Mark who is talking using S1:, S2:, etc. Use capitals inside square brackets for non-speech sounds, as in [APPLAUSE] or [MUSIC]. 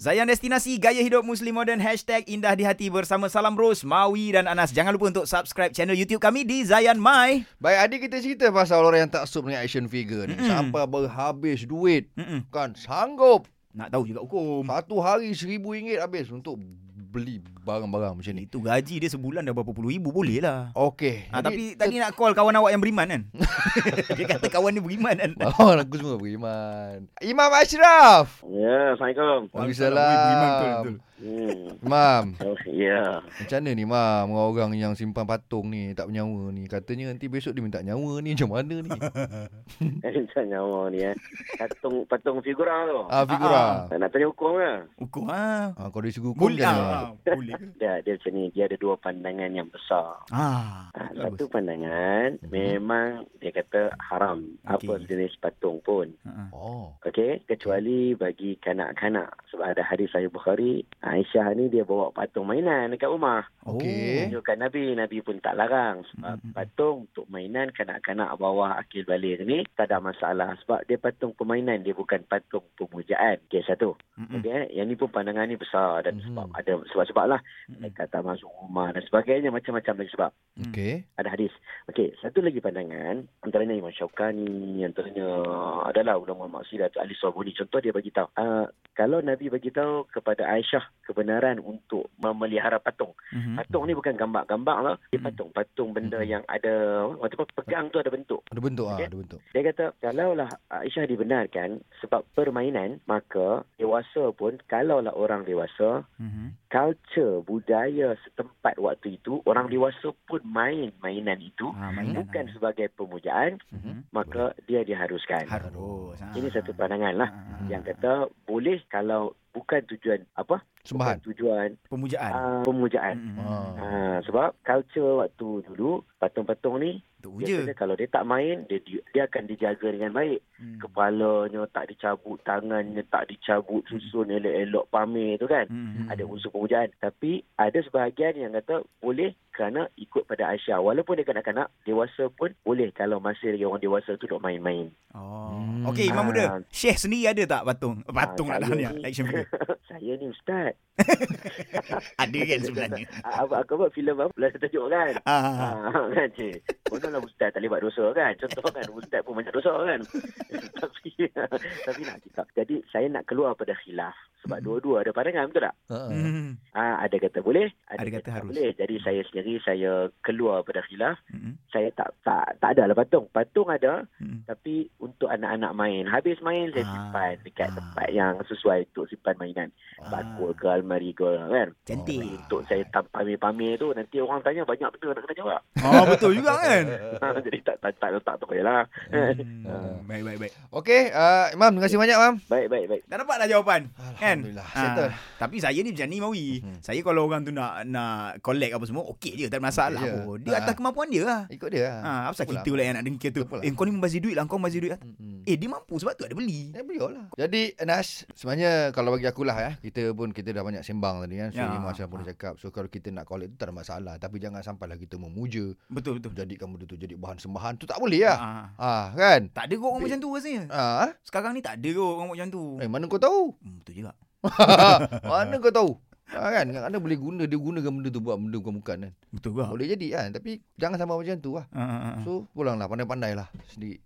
S1: Zayan Destinasi Gaya Hidup Muslim Modern Hashtag Indah di Hati bersama Salam Ros, Mawi dan Anas. Jangan lupa untuk subscribe channel YouTube kami di Zayan My.
S2: Baik, adik kita cerita pasal orang yang tak sup dengan action figure ni.
S1: Mm-mm.
S2: Sampai berhabis duit.
S1: Mm-mm.
S2: Kan, sanggup.
S1: Nak tahu juga hukum.
S2: Satu hari seribu ringgit habis untuk beli barang-barang macam ni.
S1: Itu gaji dia sebulan dah berapa puluh ribu boleh lah.
S2: Okey.
S1: Ha, tapi
S2: jadi
S1: tadi nak call kawan awak yang beriman [LAUGHS] kan? dia kata kawan dia beriman kan?
S2: [LAUGHS] Bawang aku semua beriman. Imam Ashraf.
S3: Ya, Assalamualaikum.
S2: Waalaikumsalam.
S1: Ui, beriman betul, betul.
S3: Hmm.
S2: Imam,
S3: Oh, ya.
S2: macam mana ni Imam? Orang-orang yang simpan patung ni, tak bernyawa ni. Katanya nanti besok dia minta nyawa ni. Macam
S1: [LAUGHS]
S2: mana ni?
S3: Macam nyawa ni eh. Patung patung figura tu.
S2: ah, figura.
S3: Nak tanya hukum ke?
S1: Hukum ha.
S2: Ah, kalau dia suruh hukum
S1: Boleh.
S2: kan? Imam?
S1: Ah, boleh ke?
S3: Dia, dia macam ni, dia ada dua pandangan yang besar.
S1: Ah,
S3: Ha,
S1: bagus.
S3: satu pandangan, memang dia kata haram. Apa
S1: Okey.
S3: jenis patung pun.
S1: Ha,
S2: Oh.
S3: Okey, kecuali bagi kanak-kanak. Sebab ada hadis Sahih Bukhari, Aisyah ni dia bawa patung mainan dekat rumah.
S1: Eh? Oh.
S2: Okey.
S3: Tunjukkan Nabi, Nabi pun tak larang. Sebab
S1: Mm-mm.
S3: patung untuk mainan kanak-kanak bawah akil balik ni tak ada masalah. Sebab dia patung permainan, dia bukan patung pemujaan. Okey, satu.
S1: Mm-mm.
S3: Okey, eh? yang ni pun pandangan ni besar dan
S2: Mhm.
S3: sebab ada sebab-sebab lah.
S1: Mm-mm.
S3: Mereka tak masuk rumah dan sebagainya. Macam-macam lagi sebab.
S2: Okey.
S3: Ada hadis. Okey, satu lagi pandangan. Antaranya Imam Syaukani, antaranya adalah ulama maksidat Ali Sobuni. Contoh dia bagi tahu. Uh, kalau Nabi bagi tahu kepada Aisyah kebenaran untuk memelihara patung.
S1: Mhm.
S3: Patung ni bukan gambar-gambar lah. Dia
S1: Mm.
S3: patung-patung benda yang ada, apa tu, pegang tu ada bentuk.
S2: Ada bentuk ah,
S3: Okey.
S2: ada bentuk.
S3: Dia kata, kalaulah Aisyah dibenarkan sebab permainan, maka dewasa pun, kalaulah orang dewasa,
S1: Mhm.
S3: culture, budaya setempat waktu itu, orang dewasa pun main mainan itu.
S1: Ah, mainan.
S3: Bukan
S1: ah.
S3: sebagai pemujaan,
S1: Mhm.
S3: maka dia diharuskan.
S1: Harus. ah.
S3: Ini satu pandangan lah.
S1: Ah.
S3: Yang kata, boleh kalau bukan tujuan, apa?
S2: Sembahan.
S3: Bukan tujuan
S1: pemujaan.
S3: uh, pemujaan.
S1: Mm-mm.
S2: Ah.
S3: Ha, sebab culture waktu dulu patung-patung ni
S1: Untuk uja.
S3: biasanya kalau dia tak main dia di- dia akan dijaga dengan baik.
S1: Mm.
S3: Kepalanya tak dicabut, tangannya tak dicabut, susun elok-elok pamer tu kan.
S1: Mm-mm.
S3: Ada unsur pemujaan. Tapi ada sebahagian yang kata boleh kerana ikut pada Aisyah. Walaupun dia kanak-kanak, dewasa pun boleh kalau masih lagi orang dewasa tu duk main-main.
S1: Oh.
S2: Hmm.
S1: Okey, Imam
S3: Ah.
S1: Muda. Syekh sendiri ada tak patung? Eh, Patung
S3: Ah,
S1: lah ni.
S3: saya ni-
S1: Action figure.
S3: Saya ni ustaz.
S1: Ada kan sebenarnya.
S3: Ah, Apa aku buat filem apa? Belah tajuk kan.
S1: Ah.
S3: Ha, [LAUGHS] kan cik. Kononlah ustaz tak boleh buat dosa kan. Contoh kan ustaz pun banyak dosa kan. [LAUGHS] tapi [LAUGHS] tapi nak cakap. Jadi saya nak keluar pada khilaf. Sebab
S1: Mm.
S3: dua-dua ada pandangan betul tak?
S2: Ha. ah.
S1: Mm.
S3: Ha, ada kata boleh, ada,
S1: Ada kata
S3: tak
S1: harus.
S3: boleh. Jadi saya sendiri saya keluar pada khilaf.
S1: Mm-mm.
S3: Saya tak tak tak ada lah patung. Patung ada
S1: Mm-mm.
S3: tapi untuk anak-anak main. Habis main saya
S1: Ah.
S3: simpan dekat
S1: Ah.
S3: tempat yang sesuai untuk simpan mainan.
S1: Ah.
S3: Bakul ke almari ke kan.
S1: Cantik.
S3: Untuk saya tam- pamer-pamer tu nanti orang tanya banyak benda nak kena jawab.
S1: Oh, betul juga kan?
S3: [LAUGHS] Ha, jadi tak tak tak tak tak payahlah.
S1: Hmm.
S2: Ah.
S1: Baik, baik, baik.
S2: Okey, ah, Imam, terima kasih banyak, Imam.
S3: Baik baik baik.
S1: Dah dapat dah jawapan. Kan?
S2: Alhamdulillah. Settle.
S1: Ah, tapi saya ni macam ni Mawi.
S2: Mhm.
S1: Saya kalau orang tu nak nak collect apa semua, okey je, tak ada masalah
S2: Okey je.
S1: pun. Dia
S2: Ah.
S1: atas kemampuan dia lah.
S2: Ikut dia lah.
S1: Ha, apa pasal
S2: Betul
S1: kita pula yang nak dengki tu?
S2: Betul pula.
S1: Eh, kau ni membazir duit lah, kau membazir duit lah.
S2: Mm-mm.
S1: Eh, dia mampu sebab tu ada beli.
S2: Eh, beliau lah. Jadi Anas Sebenarnya kalau bagi akulah ya Kita pun kita dah banyak sembang tadi kan So
S1: Ya.
S2: ya. Imam Ashraf pun dah cakap So kalau kita nak collect tu tak ada masalah Tapi jangan sampailah kita memuja
S1: Betul, betul.
S2: Jadikan benda tu jadi bahan sembahan Tu tak boleh lah
S1: Ah.
S2: ha. kan
S1: Tak ada kot orang macam tu rasanya.
S2: ha.
S1: Sekarang ni tak ada kot orang macam tu.
S2: Eh mana kau tahu [LAUGHS]
S1: Hmm, betul juga.
S2: Mana kau tahu ha, kan Anda boleh guna Dia gunakan benda tu buat benda bukan-bukan kan
S1: Betul juga.
S2: Boleh jadi kan Tapi jangan sampai macam tu lah
S1: Ha, ha, ha.
S2: So pulanglah pandai-pandai lah Sendiri